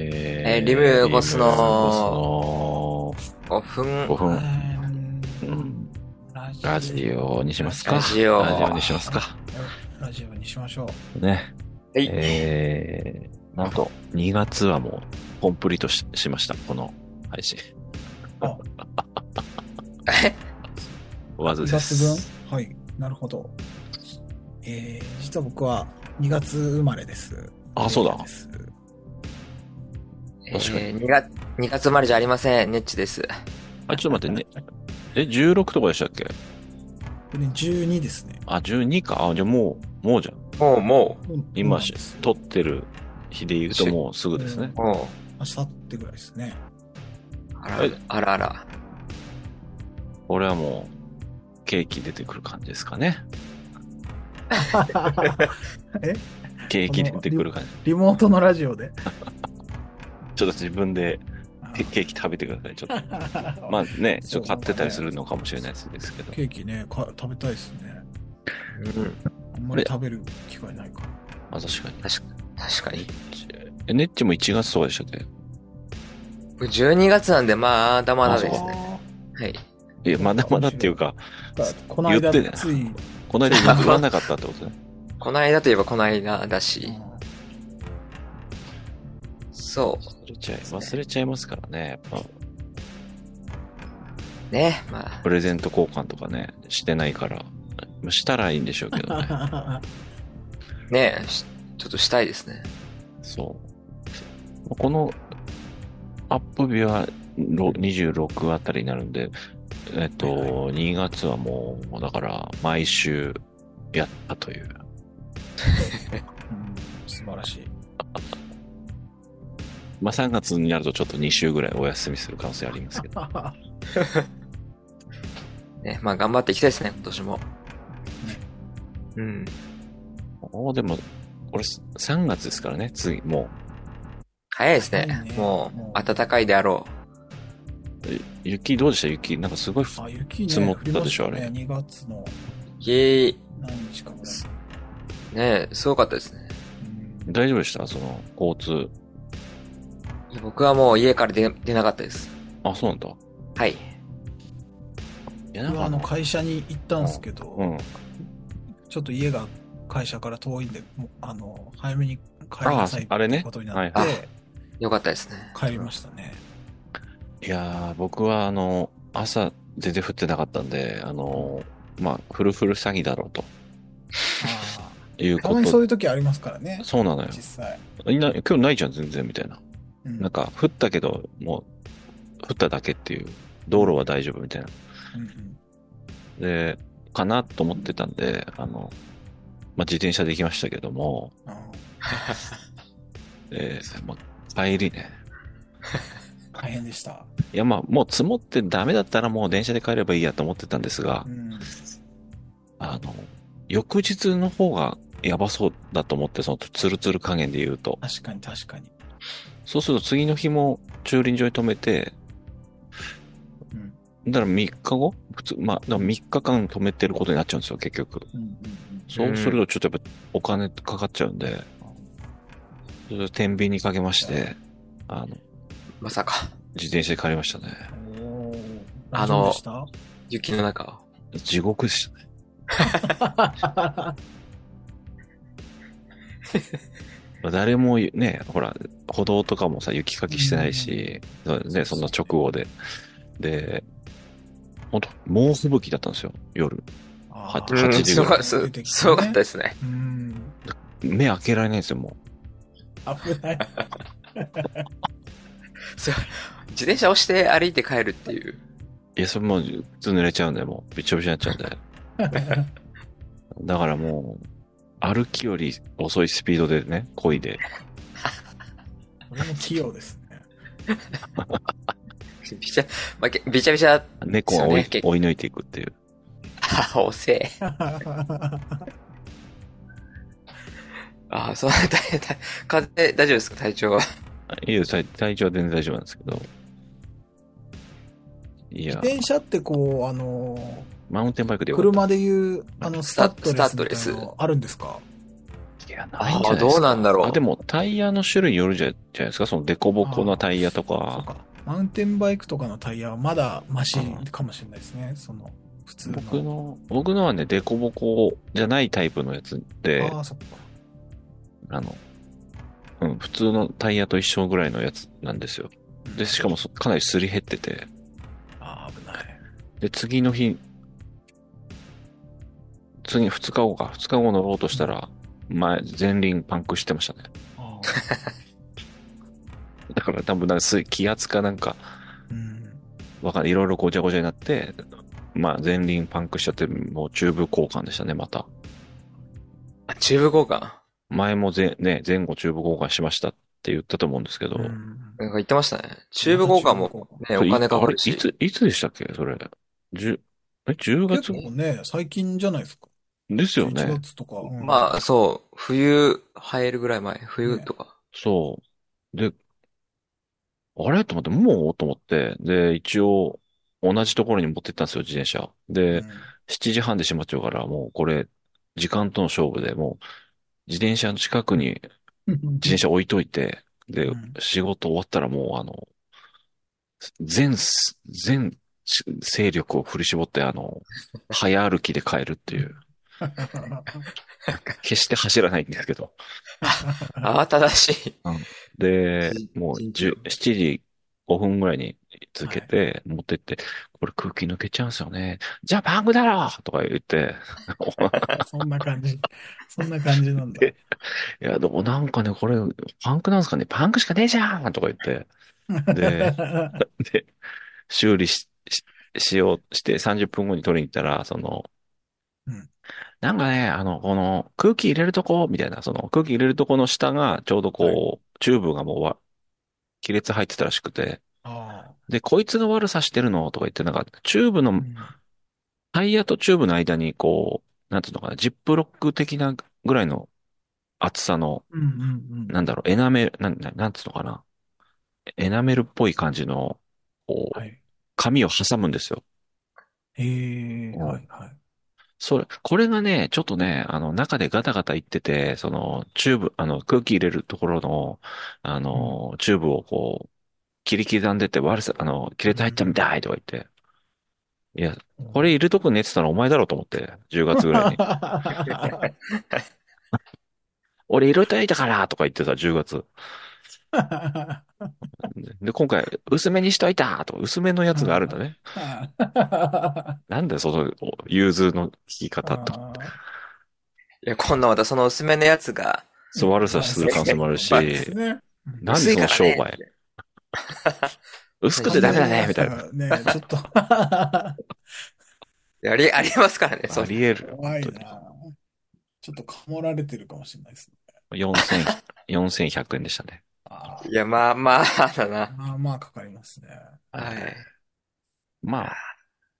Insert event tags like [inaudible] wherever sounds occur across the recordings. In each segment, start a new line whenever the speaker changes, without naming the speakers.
リムコス
リム
の
コス
5分
の5分。
うん
ラジオにしますか
ラジオ
ラジオにしますか。
ラジオにしましょう。
ね。
はい
えー、なんと、2月はもう、コンプリートししました。この配信。 [laughs]
あ
わずで
雑
す。
分はい。なるほど。えー、実は僕は2月生まれです。
あそうだ
二月です
え
確かに
ー、2月、2月生まれじゃありません。ネッチです。
あ、ちょっと待ってね。え、16とかでしたっけ
これね、12ですね。
あ、12か。あ、じゃあもう、もうじゃん。
もう、も
うん
今
そう
し
なんです、
撮ってる日で言うともうすぐですね。
う、も
明日ってぐらいですね。 [laughs]
う、あら
はい、
あらあら。
これはもう、ケーキ出てくる感じですかね。ケーキ出てくる感じ。
リモートのラジオで。
ちょっと自分でケケーキ食べてください。ちょっと。 [laughs] まあね、ちょっと買ってたりするのかもしれないですけど。
ケーキねか、食べたいですね。
うん。
あんまり食べる機会ないから。
まあ確かに。
確かに。
え、ネッチも1月とかでしたっけ
僕12月なんで、まだまだです
あ
ね。はい。
いや、まだまだっていうか、
この間
言ってね
つい、
この間
[laughs]
言わなかったってことね。
この間といえばこの間だし、そ
忘れちゃい、忘れちゃいますからね。やっぱ、
う。ね。まあ
プ、レゼント交換とかね、してないから。まあしたらいいんでしょうけど
[laughs]
ね。
ねしちょっとしたいですね。
そう。このアップ日はろ26あたりになるんで、えっと、
はい
2月はもう、もうだから、毎週やったという。
うん素晴らしい。
まあ、3月になるとちょっと2週ぐらいお休みする可能性ありますけど。
ね。まあ、頑張っていきたいですね、今年も。うん。
もうでも、これ3月ですからね、次、も
早いですね
いい。ね
も
も
う、
う
暖かいであろ
う。え雪どうでした雪、なんかすごいふ、
あ、雪ね。
積もったでしょ
降り
あ
ま
れ
たね。2月の
う。いい。
何日かぐらい。
ねすごかったですね。
うん
大丈夫でしたその、交通。
いや僕はもう家から出出なかったです。
あ、そうなんだ。い
はい。
や、なん
僕
か
はあの会社に行ったんですけど、
うん。
ちょっと家が会社から遠いんで、もうあの、早めに帰り
あ
な
あ
さいって
あれね
ことになって、
はいよかったですね。
帰りましたね。
いやー、僕はあの、朝全然降ってなかったんで、あの、まあ、フルフル詐欺だろうと
あ
いう
あた
こ
まにそう
と。
いう時ありますからね。
そうなのよ。
実際。
いな今日ないじゃん、全然、みたいな。
うん
なんか、降ったけど、もう、降っただけっていう。道路は大丈夫みたいな。
うんうん
で、かなと思ってたんで、あの、まあ、自転車で行きましたけども、
あ
えーまあ、帰りね。
あ大変でした。
いや、まあ、もう積もってダメだったらもう電車で帰ればいいやと思ってたんですが
う、ん
あの、翌日の方がやばそうだと思って、そのツルツル加減で言うと。
確かに確かに。
そうすると次の日も駐輪場に止めて、
うん
だから3日後普通、まあ、だから3日間止めてることになっちゃうんですよ、結局。
うんうん
そうするとちょっとやっぱお金かかっちゃうんで、それで天秤にかけまして、あの、
まさか、
自転車で帰りましたね。
うんおー
あ
大
の
丈夫
[laughs]
でした
雪の中を。
地獄でしたね。まあ誰もね、ほら、歩道とかもさ、雪かきしてないし、そうね、そんな直後で。で、ほんと、猛吹雪だったんですよ、夜。
あ
は
ー
8時
す
ぐ
ご
らい
かった、すすごかったですね。
うん。
目開けられないんですよ、も
危ない。
そう自転車を押して歩いて帰るっていう。
う。いや、それもう、普通濡れちゃうんで、もう、びちょびちょになっちゃうんで。だからもう、歩きより遅いスピードでね、漕いで。
これも器用ですね。
びちゃ、まあけびちゃびちゃ、
猫が追い,、
そうね
追い抜いていくっていう。
あ、おせえ。あ、そう、だいだい風邪、大丈夫ですか体調は。
いや、体体調は全然大丈夫なんですけど。い
自
や、
転車ってこう、あの
マウンテンバイクでよ
ー、
かっ
車でいう、あの、スタッドレスみたい
スタッド
な
レス
のあるんですか
た。いや、や、ないんじゃない
ああ、
です
どう
か。
なんだろう。
あ、でもタイヤの種類によるじゃじゃないですか。そのデコボコのタイヤと
そう
か。
か。マウンテンバイクとかのタイヤはまだマシンかもしれないですね。その、普通の。
僕の、僕のはね、デコボコじゃないタイプのやつで、
ああ、そっか。
あの、うん、普通のタイヤと一緒ぐらいのやつなんですよ。で、しかもそかなりすり減ってて、
ああ、危ない。
で、次の日、次2日後か、2日後乗ろうとしたら、前、前輪パンクしてましたね。
ああ。
だから多分なんかす気圧かなんか、
うん。
わかんない。いろいろごちゃごちゃになって、まあ前輪パンクしちゃって、もうチューブ交換でしたね、また。
あチューブ交換。
前も前、ね、前後チューブ交換しましたって言ったと思うんですけど、
うん
なんか言ってましたね。チューブ交換も、ね、
それ
お
い
金かかる
あ
し
れい。つ、いつでしたっけそれ。じゅえ、10
結
月
構ね、最近じゃないですか。
ですよね
11。月とか。
まあ、そう、冬入るぐらい前、冬とか。
そう。で、あれと思って、もうと思って、で、一応、同じところに持ってったんですよ、自転車。
あ
で、7時半で閉まっちゃうから、もうこれ、時間との勝負で、もう、自転車の近くに自転車置いといて、で
うん、
仕事終わったらもう、あの、全す、全し勢力を振り絞って、あの、早歩きで帰るっていう。決して走らないんですけど。
慌ただしい。
で
し、
もう
慎
じゅ
重
7時5分ぐらいに続けて、持ってって、これ空気抜けちゃうんすよね。じゃあパンクだろとか言って、
[laughs] そんな感じ。そんな感じなんだ。
いや、でもなんかね、これ、パンクなんすかねパンクしかねえじゃんとか言って、
[laughs]
でで、修理し、し、しようして30分後に取りに行ったら、その
うん、
なんかね、あの、この空気入れるとこ、みたいな、その空気入れるとこの下が、ちょうどこう、チューブがもうわ、亀裂入ってたらしくて、
あ
で、こいつが悪さしてるのとか言って、なんか、チューブ
あ。う
の、
ん
タイヤとチューブの間に、こう、なんていうのかな、ジップロック的なぐらいの厚さの、
うんうん
なんだろう、エナメル、なん、なんなんつうのかな。エナメルっぽい感じの、こ
うん。
う、
はい。
紙を挟むんですよ。
ええ、はいはい。。
それ、これがね、ちょっとね、あの、中でガタガタいってて、その、チューブ、あの、空気入れるところの、あの、チューブをこう、切り刻んでて、悪さ、あの、切れて入っちゃうんだいとか言って。いや、これいるとこ寝てたのお前だろうと思って、10月ぐらい
[laughs]
に俺いるといたからとか言ってさ、10月。で、今回、薄めにしといたとか、薄めのやつがあるんだね。なんだよ、その、お融通の聞き方とか。
いや、今度またその薄めのやつが、
そう、悪さする可能性もあるし、
まあ
ですね。
なんでその商
薄いか
売。
ら
[laughs] 薄くてダメだね、みた
[laughs]
いな。
な。ねちょっと。怖
やり、ありますからね、そ
あ
う。
り得る。
いな。ちょっとかもられてるかもしれないですね。
4000 4100円でしたね。
あ
いや、まあまあ、だな。
あ、まあまあかかりますね。
はい。
まあ、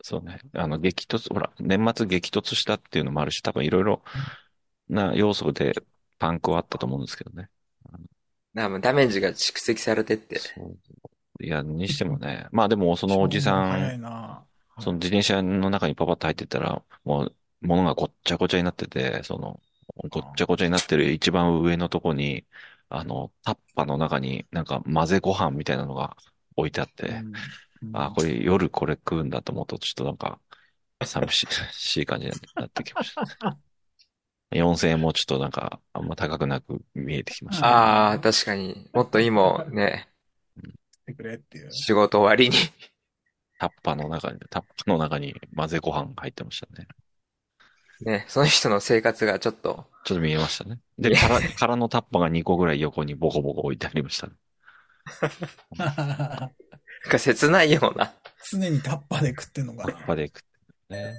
そうね。あの、激突、ほら、年末激突したっていうのもあるし、多分いろいろな要素でパンクはあったと思うんですけどね。
なもうダメージが蓄積されてって。
そういや、にしてもね。まあでも、そのおじさ
早
ん、
いな。
その自転車の中にパパッと入ってったら、もう、物がごっちゃごちゃになってて、その、ごっちゃごちゃになってる一番上のとこに、あの、タッパの中になんか混ぜご飯みたいなのが置いてあって、あ、こ
れ。
れ夜これ食うんだと思うと、ちょっとなんか、寂しい、しい感じになってきました。4000円もちょっとなんか、あんま高くなく見えてきましたね。
ああ、確かに。もっと今、ね、
てくれっていう。
仕事終わりに。
タッパの中に、タッパの中に混ぜご飯入ってましたね。
ね、その人の生活がちょっと、
ちょっと見えましたね。で、
[laughs]
空、空のタッパが2個ぐらい横にボコボコ置いてありましたね。
なんか切ないような。
常にタッパで食ってんのか
タッパで食ってね。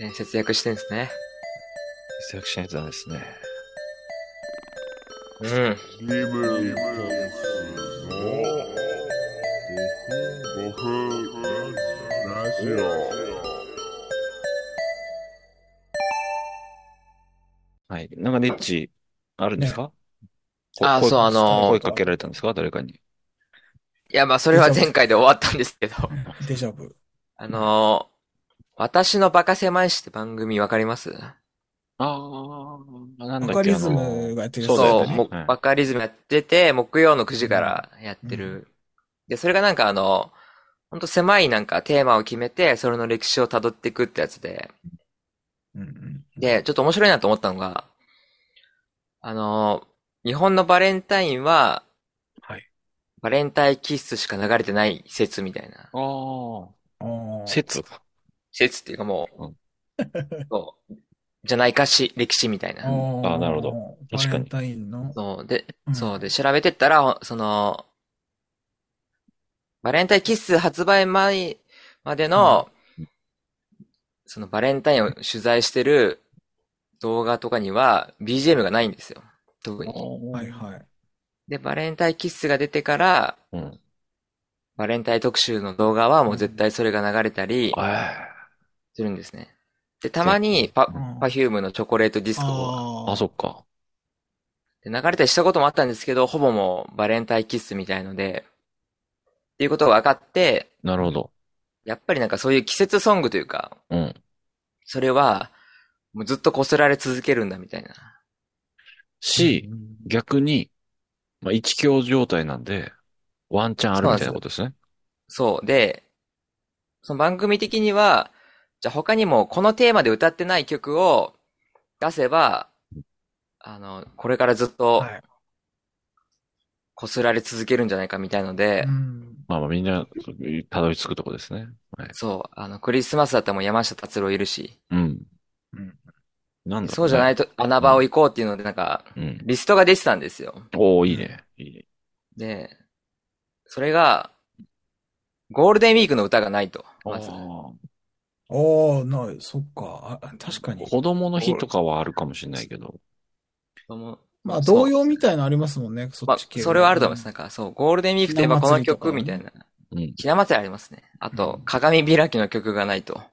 ね、節約してんですね。
節約しないとダメですね。
うん。
はい。なんかネッチ、あるんですかこ
あー
声
そうあのー
声かけられたんですか誰かに。
いや、まあ、それは前回で終わったんですけど。
な。デジャブ。
あのー私のバカ狭いしって番組わかります
ああ、なんだっけ
バカリズ
あの
ムがやってるや
そ
つ
うだ
そ
よ
う、
ね
もう
はい
バカリズムやってて、木曜の9時からやってる。で、それがなんかあの、ほんと狭いなんかテーマを決めて、それの歴史を辿っていくってやつで、
うんうん
で、ちょっと面白いなと思ったのが、あの、日本のバレンタインは、
はい。
バレンタインキッスしか流れてない説みたいな。
あ
あ
あ、
ー
説か。
説っていうかも
うん
う、 [laughs] そう、じゃないかし、歴史みたいな。
あーなるほど。確かに
バレンタインの。
そう、で、
うん
そうで、調べてったら、その、バレンタインキッス発売前までの、そのバレンタインを取材してる動画とかには BGM がないんですよ。特に。
はいはい。
で、バレンタインキッスが出てから、
うん。
バレンタイン特集の動画はもう絶対それが流れたり
あ
するんですね。で、たまにパ、
うん
パフュームのチョコレートディスコを
あ
あ、
あ、
そっか。
で流れたりしたこともあったんですけど、ほぼもうバレンタインキッスみたいので、っていうことが分かって、
なるほど。
やっぱりなんかそういう季節ソングというか、
うん。
それは、もうずっとこすられ続けるんだみたいな。
し、逆に、まあ、一強状態なんで、ワンチャンあるみたいなことですね。
そう。で、その番組的には、じゃあ他にもこのテーマで歌ってない曲を出せば、あの、これからずっと
はい
こすられ続けるんじゃないかみたいので、
うん
まあまあみんな、たどり着くとこですね。はい。
そう、あの、クリスマスだったらもう山下達郎いるし、
うん。
うん
なんだろうね
そうじゃないと穴場を行こうっていうのでなんか、
うん。
リストが出てたんですよ。
おおいいね。いいね。
で、それが、ゴールデンウィークの歌がないと、まず。
あ
ああ、な、そっか。あ確かに
ー。子供の日とかはあるかもしれないけど。
まあ、
そう
同様みたいなのありますもんね、そ
ま
っ
あ
ち系、
それはあると思います。なんか、そう、ゴールデンウィークといえばこの曲みたいな。
うん。
ひな祭りありますね。あと、鏡開きの曲がないと。
あ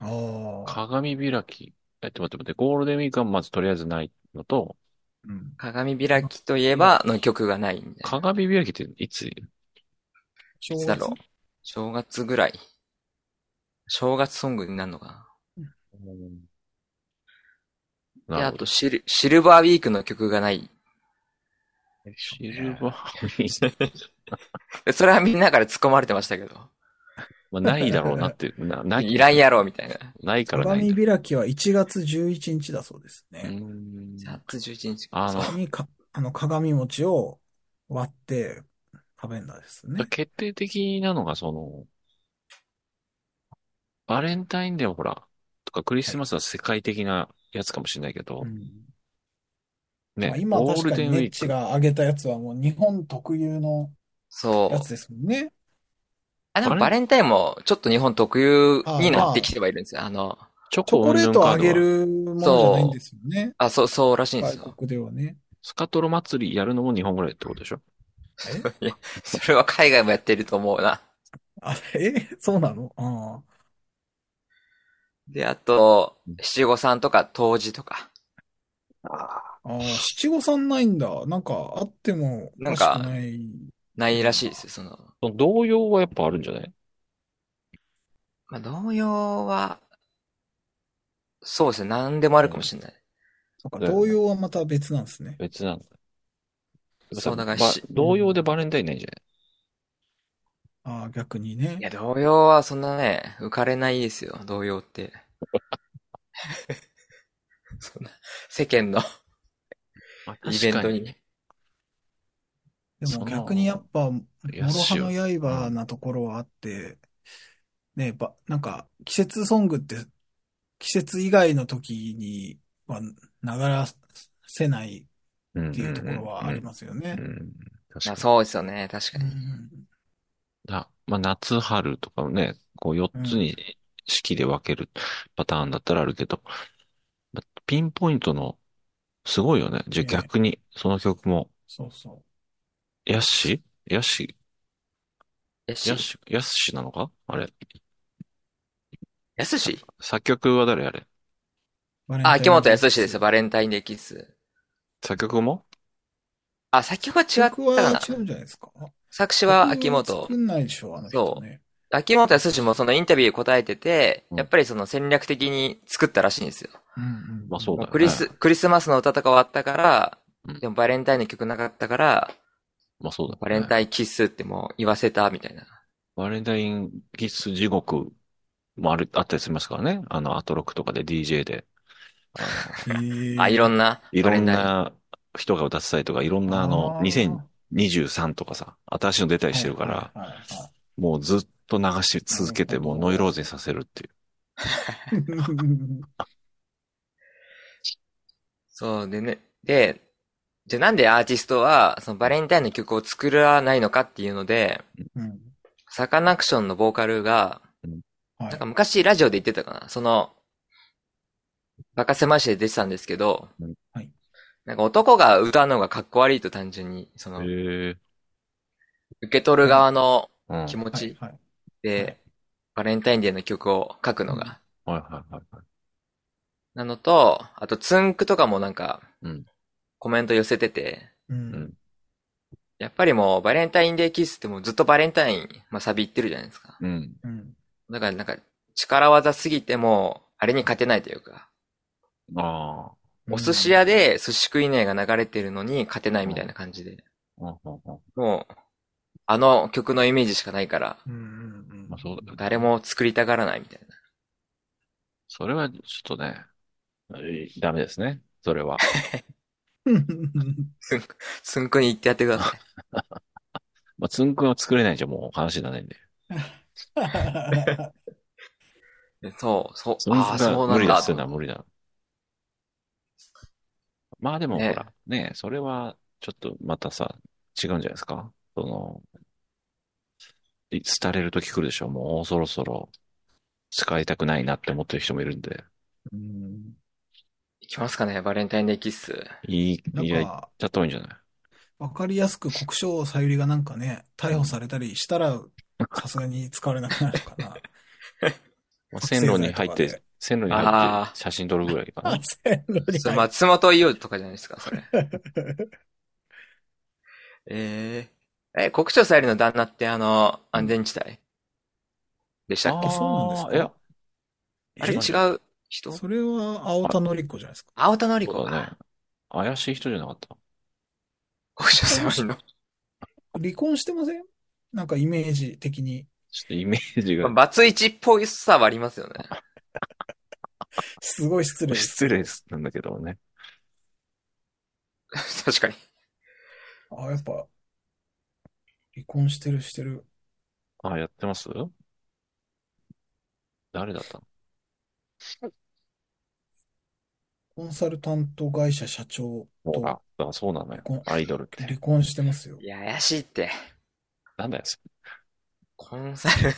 あ。
鏡開き。え、ちょっと待って待って、ゴールデンウィークはまずとりあえずないのと、
うん
鏡開きといえばの曲がないみたいな。
鏡開きっていつ
正
い
月
つだろう。正月ぐらい。正月ソングになるのかな。
な
で、
る
あ
ほ
と
ど。
シル、シルバーウィークの曲がない。
シルバーウィーク。
でそれはみんなから突っ込まれてましたけど。
[laughs] まあ、ないだろうなって、な、ない。
いらんやろ、みたいな。
ないからないんだ。
鏡開きは1月11日だそうです
うー
ね。
ん
8月11日。
あの
そこにか、あの、鏡餅を割って食べんだですね。
決定的なのが、その、バレンタインデーはほら、とかクリスマスは世界的なやつかもしれないけど
う、ん
ね、
まあ、今
ゴー
確
ル
か
デ
に
ンウ
ね
ィ
っ
ー
ち
ク。
が挙げたやつはもう日本特有の
そ
や
う。
つですもんね。
あ、でも
バ
バレンタインもちょっと日本特有になってきてはいるんですよ。あの、
チョ
チョ
コ
コ
云
レー
々
トを
カ
あ
ード
げ
は
るものじゃないんですよね。
あ、そう、そうらしいんです
外
よ。
国ではね。
スカトロ祭りやるのも日本ぐらいってことでしょ
[laughs] それは海外もやってると思うな。
あれ、え [laughs] そうなのああ。
で、あと
うん、
七五三とか冬至とか。
ああ、七五三ないんだ。なんかあってもおかしくない。
ないらしいですよ、その。
その同様はやっぱあるんじゃない
まあ、同様は、そうですね、何でもあるかもしれない。
そっか、同様はまた別なんですね。
別なんだ。
そうだから
ば
し
同様でバレンタインないんじゃない
ああ、逆にね
い。や、同様はそんなね、浮かれないですよ、同様って。 [laughs] そんな、世間の
まあ確
イベン
か
ト
に
に。
で
そ
も
の
逆にやっぱ、も
い
ろ
や
刃の刃なところはあって、ねえ、ば、なんか、季節ソングって、季節以外の時には流らせない
うん
っていうところはありますよね
う。ん。確
ま
か
あ、
に。
そうですよね、確か
う
に。
ん
だ、まあ、夏、春とかね、こう、四つに式で分けるパターンだったらあるけど、まあピンポイントの、すごいよね。じゃあ
ね
逆に、その曲も、
そうそ
ヤッシーヤッシ
や
ーヤッ
し、
シーヤッシーなのかあれ。
やすし
作曲は誰あれ
う。
あ、秋元康ですよ、
バ
バレンタインデーキッス。
作曲も
あ、作曲は違
レンタ
っ
インデーキッス
たかな
曲は違うんじゃないですか。
作詞は秋
曲
元
作。んないでしょ、あの人ね。
秋元康もそのインタビュー答えてて、
うん
やっぱりその戦略的に作ったらしいんですよ。
うんうん
まあそうだよね。
クリス、クリスマスの歌とかはあったから、
うん
でもバレンタインの曲なかったから、
まあそうだよね。
バレンタインキッスってもう言わせたみたいな。
バレンタインキッス地獄もある、あったりしますからね。あの、アトロックとかで DJ で。あの
へえ
あ、いろんな、
いろん
バレンタイン
な人が歌ってたりとか、いろんなあの、
あー
2023とかさ、新しいの出たりしてるから、
はいはいはいはい
もうずっと流し続けて、
なる
も
ほ
う
ど
ノイローゼにさせるっていう。
そうでね。で、じゃあなんでアーティストは、そのバレンタインの曲を作らないのかっていうので、
うん
サカナクションのボーカルが、な
はい
んか昔ラジオで言ってたかな。その、バカせましで出てたんですけど
うん
はい、
なんか男が歌うのがかっこ悪いと単純に、その、受
へえ。
け取る側の
うん。はい
気持ち
はいはい
で、バレンタインデーの曲を書くのが。
はいはい。
なのと、あとツンクとかもなんか
うん、
コメント寄せてて、
う
うん
ん。
やっぱりもうバレンタインデーキスってもうずっとバレンタイン、まあサビ言ってるじゃないですか。
うん。
うん。
だからなんか力技すぎても、あれに勝てないというか、
ああ。
お寿司屋で寿司食いねえが流れてるのに勝てないみたいな感じで。
うんうんうん
もう、あの曲のイメージしかないから、
うんうんうん
まあそうだよね。
誰も作りたがらないみたいな。
それはちょっとね、えーダメですね。それは。
[laughs]
つん、つんくに言ってやってください。
まあ、つんくんは作れないじゃもう話にならないんで。 [laughs]
でそう、そう、
つんくん
ああ、そう
が
な
無
ん
理だ
だ
っていうのは無理だ。まあでもほ
ねえ
ら、ねえそれはちょっとまたさ、違うんじゃないですかその、い廃れる時来るでしょもうそろそろ使いたくないなって思ってる人もいるんで。
うん
いきますかね、バレンタインデーキッス。
いい、
ないん
や、言っ
か、
ちゃった方がいいんじゃない
わかりやすく国生さゆりがなんかね、逮捕されたりしたら、さすがに使われなくなるか
[laughs]
な。
まあ、
覚醒
線
剤
路に入っ
とか
て
で、
線路に入っ
あ
て写真撮るぐらいか
[laughs]
な。
線路に
それ
入っ
松本伊代とかじゃないですか、それ。えええ、国庁さゆりの旦那ってあの、安全地帯でしたっけ
あそうなんですか
いや、
あれ
え
違う人
それは青田のり子じゃないですか。
青田のり子
そうだね
か。。
怪しい人じゃなかった。
国庁さゆりの。
離婚してませんなんかイメージ的に。
ちょっとイメージが。
バツイチっぽいさはありますよね。
すごい失礼です。
失礼ですなんだけどね。
確かに。
あ、やっぱ、離婚してるしてる。
あ、やってます誰だったの
コンサルタント会社社長
ほ
と
ら、あそうなのよ
こん。
アイドルって。
離婚してますよ。
いや、怪しいって。
なんだよ、それ
コンサル、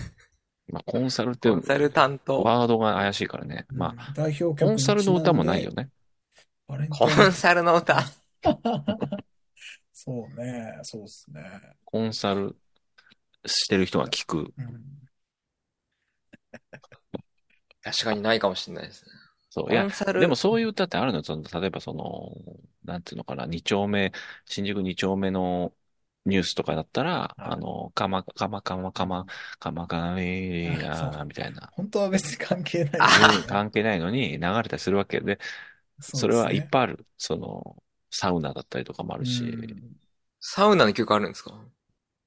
まあ、コンサルって
コンサル担当。
ワードが怪しいからね。ま
あ、代表
あ、
曲
コンサルの歌もないよね。
コ
にちなんで。バレンタイ
ンサルの歌。
ンそうね、そうですね。
コンサルしてる人が聞く。
うん
確かにないかもしれないですね。
そう。い
コ
や
ン、サル。
でもそういう歌ってあるのよ。その例えばその、なんていうのかな、二丁目、新宿二丁目のニュースとかだったら、あの、かま、かまかまかま、かまかまえ
あそう
ーみたいな。
本当は別に関係ない。
うん関係ないのに流れたりするわけで、
そう
それはい
で
っ
すね
ぱいある。その、サウナだったりとかもあるし、
うん
サウナの曲あるんですか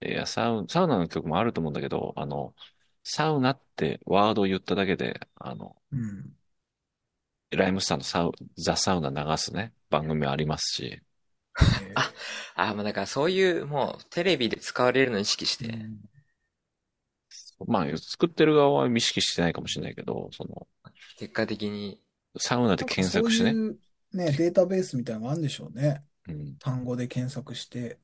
いや、サウ、サウナの曲もあると思うんだけど、あの、サウナってワードを言っただけで、あの、
うん。
ライムスターのサウ、ザ・サウナ流すね、番組もありますし、
えー
あ、まあだからそういう、もう、テレビで使われるのを意識して。
うん
まあ、作ってる側は意識してないかもしれないけど、その、
結果的に。
サウナで検索してね、
そういうね、データベースみたいなのがあるんでしょうね。
うん。
単語で検索して。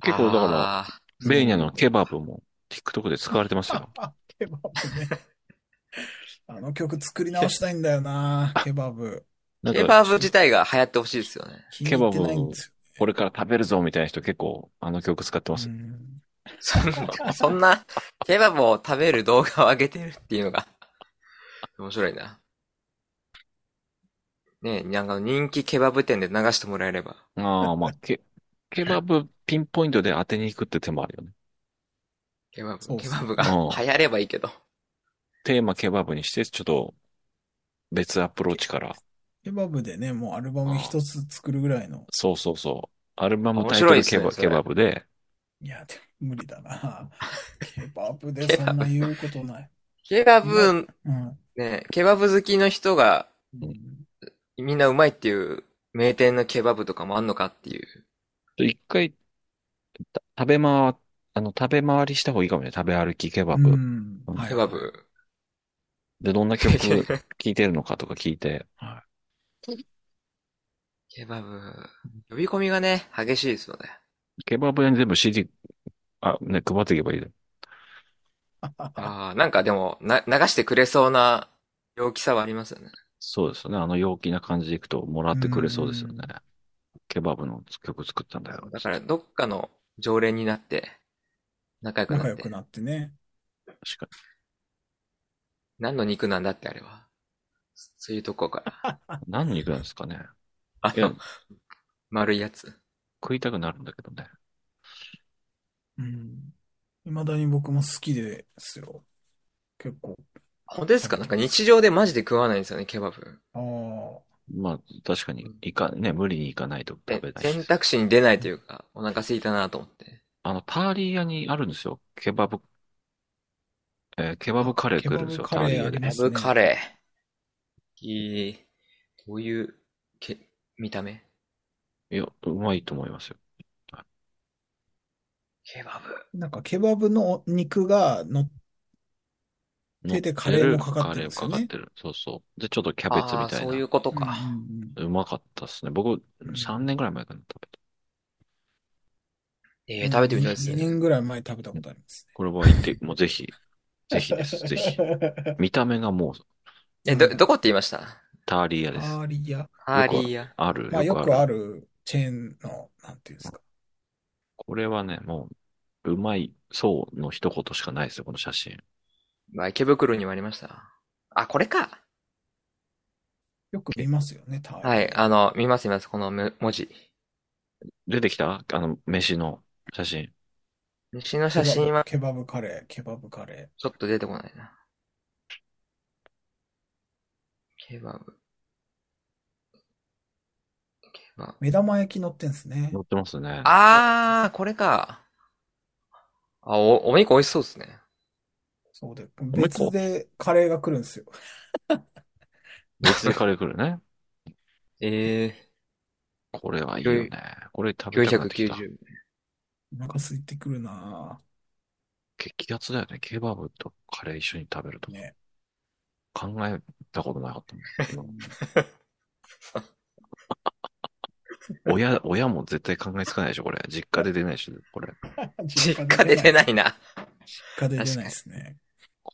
結構だから、
あー
ベーニャのケバブも TikTok で使われてますよ。
あケバブね。 [laughs] あの曲作り直したいんだよな、ケバブ。
なん
ケ
か、
バブ自体が流行ってほしいですよね。
気に入ってないんです
これから食べるぞみたいな人結構あの曲使ってます
よ。
よ。
[laughs] そんな、そんな、ケバブを食べる動画を上げてるっていうのが、面白いな。ねえ、なんか人気ケバブ店で流してもらえれば。
ああ、まあ、ケ、ケバブピンポイントで当てに行くって手もあるよね。
ケバブ、
そうそう
ケバブが
うん
流行ればいいけど。
テーマケバブにして、ちょっと別アプローチから。
ケバブでね、もうアルバム一つ作るぐらいの。
そうそうそう。アルバムタイ
面白
ト
いで
ル
す
ケ
ね
バ,、
それ
ケバブで、
いや、でも無理だな。ケバブでそんな言うことない。
ケバブ、
うん。
ね、ケバブ好きの人がみんなうまいっていう名店のケバブとかもあんのかっていう。
一回、た食べ回、あの、食べ回りした方がいいかもね。食べ歩きケバブ。
うん。はい
ケバブ。
で、どんな曲聴いてるのかとか聞いて。 [laughs] は
[laughs] ケバブ。呼び込みがね、激しいですよね。
いケバブ屋に全部 CD、あ、ね、配っていけばいいだ
ああ、なんかでも、な、流してくれそうな陽気さはありますよね。
そうですよね。あの陽気な感じでいくともらってくれそうですよね
う。
ケバブの曲作ったんだよ。
だから、どっかの常連になって、仲良くな
[laughs] 仲
っ
良
て
く。なってね。
確か
何の肉なんだってあれは。そういうとこから。
に。何の肉なんですかね。
あ
いや
の、、丸いやつ。
食いたくなるんだけどね。
うん。未だに僕も好きですよ。結構。
本当ですかなんか日常でマジで食わないんですよね、ケバブ。
ああ。
まあ、確かに、いか、ね、無理に行かないと
え
食べない
選択肢に出ないというか、お腹空いたなと思って。
あの、ターリー屋にあるんですよ。ケバブ、えーケバブカレー食えるんですよ、
ケ
タ
バブ
ーリ
カ
ー
レー
屋で
あり
ケ
ま
バ
す
ブカレー。いい、どういう、け、見た目
いや、うまいと思いますよ。
ケバブ。
なんかケバブの肉がの、手でカレーもかかってるんですよね
カレーもかかってるそうそう。で、ちょっとキャベツみ
ああ、
たい
そう
な。
いうことか。
うんうん
うまかったっすね。僕、
ん
3年ぐらい前かな、食べた。
ええ食べてみたいです
2
ね。
年ぐらい前に食べたことあります
これは行って、もうぜひ、ぜひです、
ね。
ぜ
[laughs]
ひ。見た目がもう、
え、ど、どこって言いました
ターリー屋です。
アーリア。
ハーリーや。
ある、
まあ
よ
よ
くあ
くあ
る。
るチェーンの、なんていうんですか。
これはね、もう、うまい、そうの一言しかないですよ、この写真。
まあ、池袋にもありました。あ、これか。
よく見ますよね、ターリア。
はい、あの、見ます見ます、このむ文字。
出てきたあの、飯の写真。
西の
ケバ
写
ブ
真は
ケバブカレー、ケバブカレ
ちょっと出てこないな。ケバブ。ケバブ
ー。。目玉焼き乗ってんすね
載。ってますね。
あー、これか。あ、お、お肉美味しそうですね。
そうで、
う一個
別でカレーが来るんですよ。
別でカレー来るね。
ええ
これはいいよね。これ食
ー、
べたくなってきた。
990。
お腹空いてくるな
激アツだよね。ケバブとカレー一緒に食べると
ぁ。。ね。
考えたことなかったもん親、親も絶対考えつかないでしょ、これ。実家で出ないでしょ、これ。
実家で出
い。
ないな。
実家で出ないですね。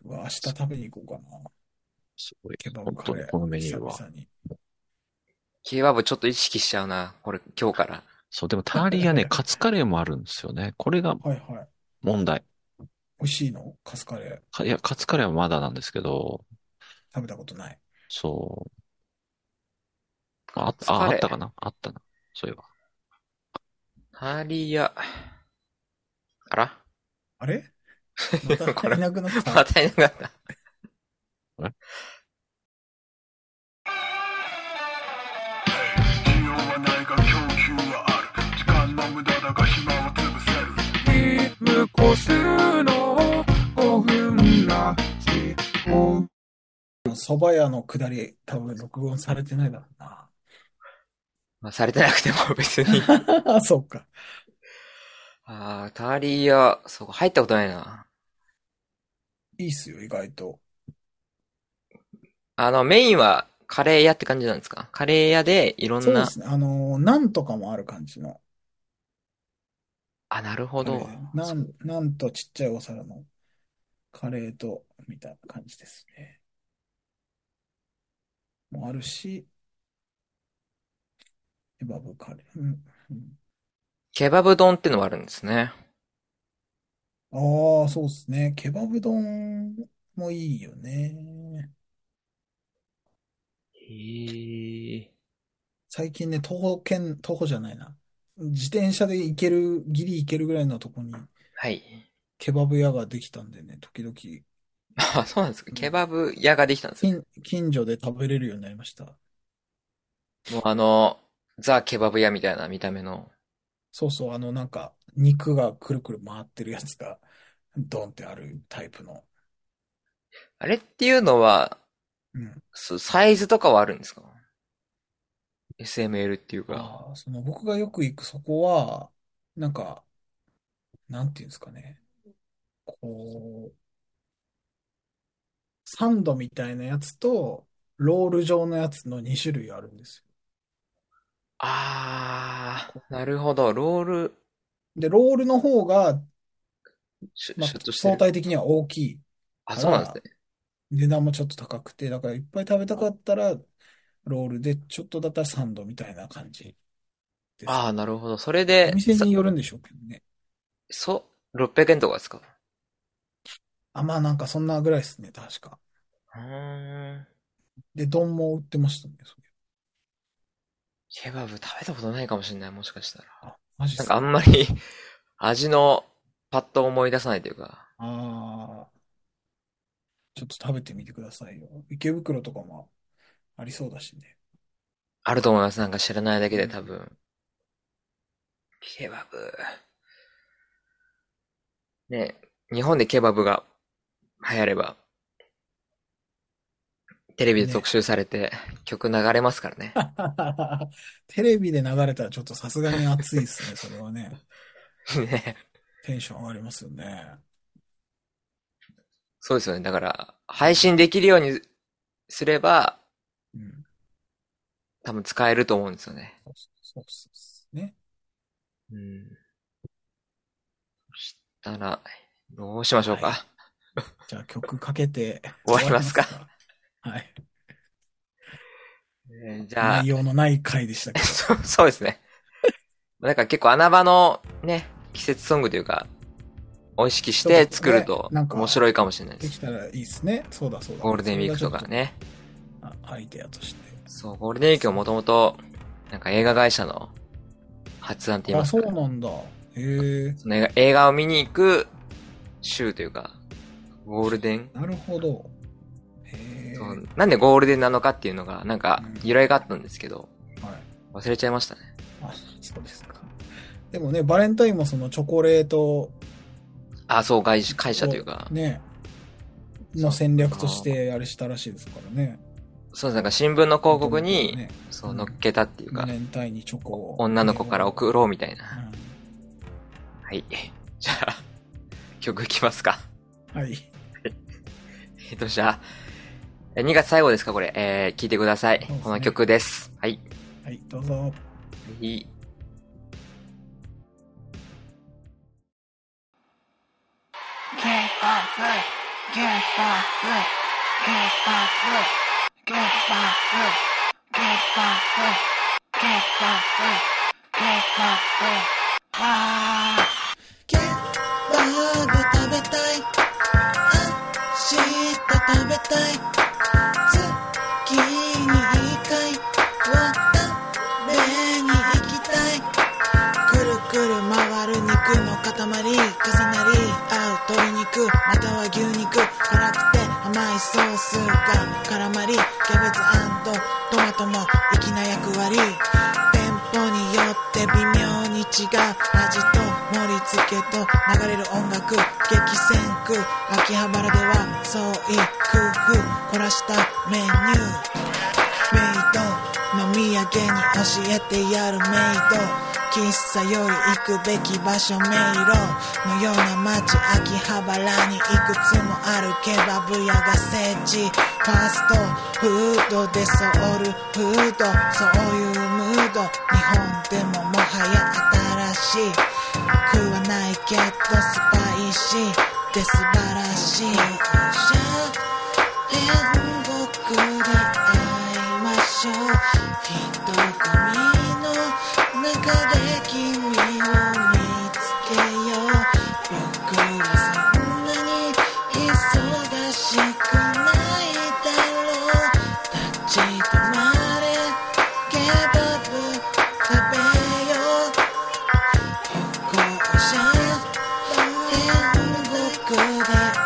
うわ、明日食べに行こうかな。
すごい。
ケバブ
本
カ
当
レ
に
ー。
このメニューは。
久々に
ケバブちょっと意識しちゃうな。これ、今日から。
そう、でもターリーがね、カツカレーもあるんですよね。これが
はいはい。
問題。
美味しいのカスカレー。
かいや、カツカレーはまだなんですけど、
食べたことない。
そう。あ、
カツ
あ
カ
あ
レー
ったかなあったな。そういえば。
ハリア。あら [laughs]
[laughs]
あれまた足りなくなった。
またいなかった。
需要はないが供給はある時間の無駄だが暇は潰せる
リムコするの5分ラジオ
蕎麦屋の下り、多分録音されてないだろうな。
まあ、されてなくても別に。
[laughs]
あ、そっか。
ああ、タリア、そうか、入ったことないな。
いいっすよ、意外と。
あの、メインはカレー屋って感じなんですかカレー屋でいろん
そうで
な。
すね。あのー、なんとかもある感じの。
あ、なるほど。
な
そ
ん、なんとちっちゃいお皿のカレーと、みたいな感じですね。もあるし、ケバブカレー。うん
ケバブ丼ってのもあるんですね。
うん、ああ、そうですね。ケバブ丼もいいよね。
へえ。
最近ね、徒歩圏、徒歩じゃないな。自転車で行ける、ギリ行けるぐらいのとこに、
はい。
ケバブ屋ができたんでね、時々、
[laughs] あ、そうなんですか。ケバブ屋ができたんですよ。
近、近所で食べれるようになりました。
もうあの、ザ・ケバブ屋みたいな見た目の。
そうそう、あの、なんか、肉がくるくる回ってるやつが、ドンってあるタイプの。
あれっていうのは、
うん。
そサイズとかはあるんですか ?SML っていうか。
ああ、その僕がよく行くそこは、なんか、なんていうんですかね。こう、サンドみたいなやつと、ロール状のやつの2種類あるんですよ。
あー、なるほど。ロール、
で、ロールの方が、
シュ
まあ、
シュッとして
相
る。
対的には大きい。
あ、そうなんですね。
値段もちょっと高くて、だからいっぱい食べたかったら、ロールで、ちょっとだったらサンドみたいな感じです。
ああ、なるほど。それ
お
で、
店
さ
によるんでしょうけどね。
そう、600円とかですか
あ、まあなんかそんなぐらいですね、確か。
うーん。
で、丼も売ってましたね。それ
ケバブ食べたことないかもしれない、もしかしたら。
あ、マジっ
なん
す
かあ
か。
んまり味のパッと思い出さないというか。
あーちょっと食べてみてくださいよ。池袋とかもありそうだしね。 [laughs]
あると思います。なんか知らないだけで多分。ケバブ。ねえ日本でケバブが流行れば、テレビで特集されて曲流れますからね。 [laughs]
テレビで流れたらちょっとさすがに熱いですね、それはね。
ね
テンション上がりますよね。
そうですよね。だから、配信できるようにすれば、
うん。
多分使えると思うんですよね。
そうそうそうそうね。
うん。そしたら、どうしましょう
は
か。
じゃあ曲かけて
終わりますか
終わりますか。はい。
えーじゃあ
内、容のない回でしたけ
[laughs]
ど。
そう [laughs] そうですね。なんか結構穴場のね、季節ソングというか、を意識して作る
そうで
と
すねなんか
面白いかもしれないで。
ですきたらいいですね。そうだそうだ。
ゴールデンウィークとか
それが
ね。
ちょっと。あアイデアとして。
そう、ゴールデンウィークはもともと、なんか映画会社の発案って言いま
あ、
す
そ
か
うなんだ。へえ。
その映画映画を見に行く週というか、ゴールデン、
なるほど。へえ。
そ
は
うなんでゴールデンなのかっていうのが、なんか由来があったんですけど、
い。
忘れちゃいましたね。
あ、そうですか。でもね、バレンタインもそのチョコレート
あ、そう、会社会社というか、
ね、の戦略としてあれしたらしいですからね。
そうですなんか新聞の広告に、
ね
そう、乗っけたっていう
バ
か、
レンタインにチョコを。
女の子から送ろうみたいな。
う
はい。 [laughs] じゃあ、曲いきますか。 [laughs]
ん。はい。
えっと、じゃあ、2月最後ですか、これ。えー、聴いてください。
そうですね
この曲です。はい。
はい、どうぞ。
はい
ゲッパスゲッパスゲッパスゲッパスゲッパスゲッパスゲッパスわー
ケバブ食べたい明日食べたい月に一回わたべに行きたいくるくる回る肉の塊重なり合う鶏肉または牛肉辛くて甘いソースが絡まりキャベツトマトも粋な役割店舗によって微妙に違う味と盛り付けと流れる音楽激戦区秋葉原では創意工夫凝らしたメニューメイド飲み上げに教えてやるメイド喫茶より行くべき場所迷路のような街秋葉原にいくつもあるケバブ屋が聖地ファーストフードでソウルフードそういうムード日本でももはや新しい食わないけどスパイシーで素晴らしい天国で会いましょう人混みの中で君を見つけよう僕はそんなに忙しくないだろう立ち止まれケバブ食べよう歩行者天国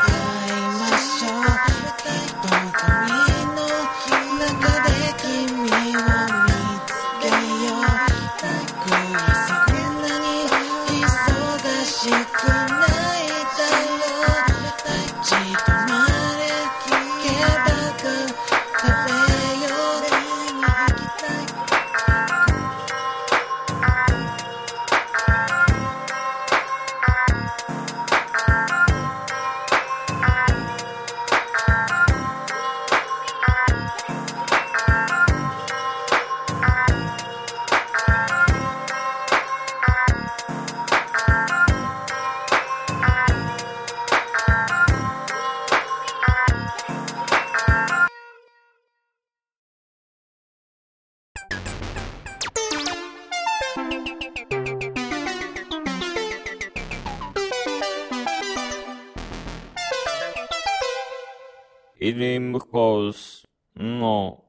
Ilim Kos no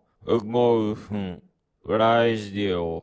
Golfen Radio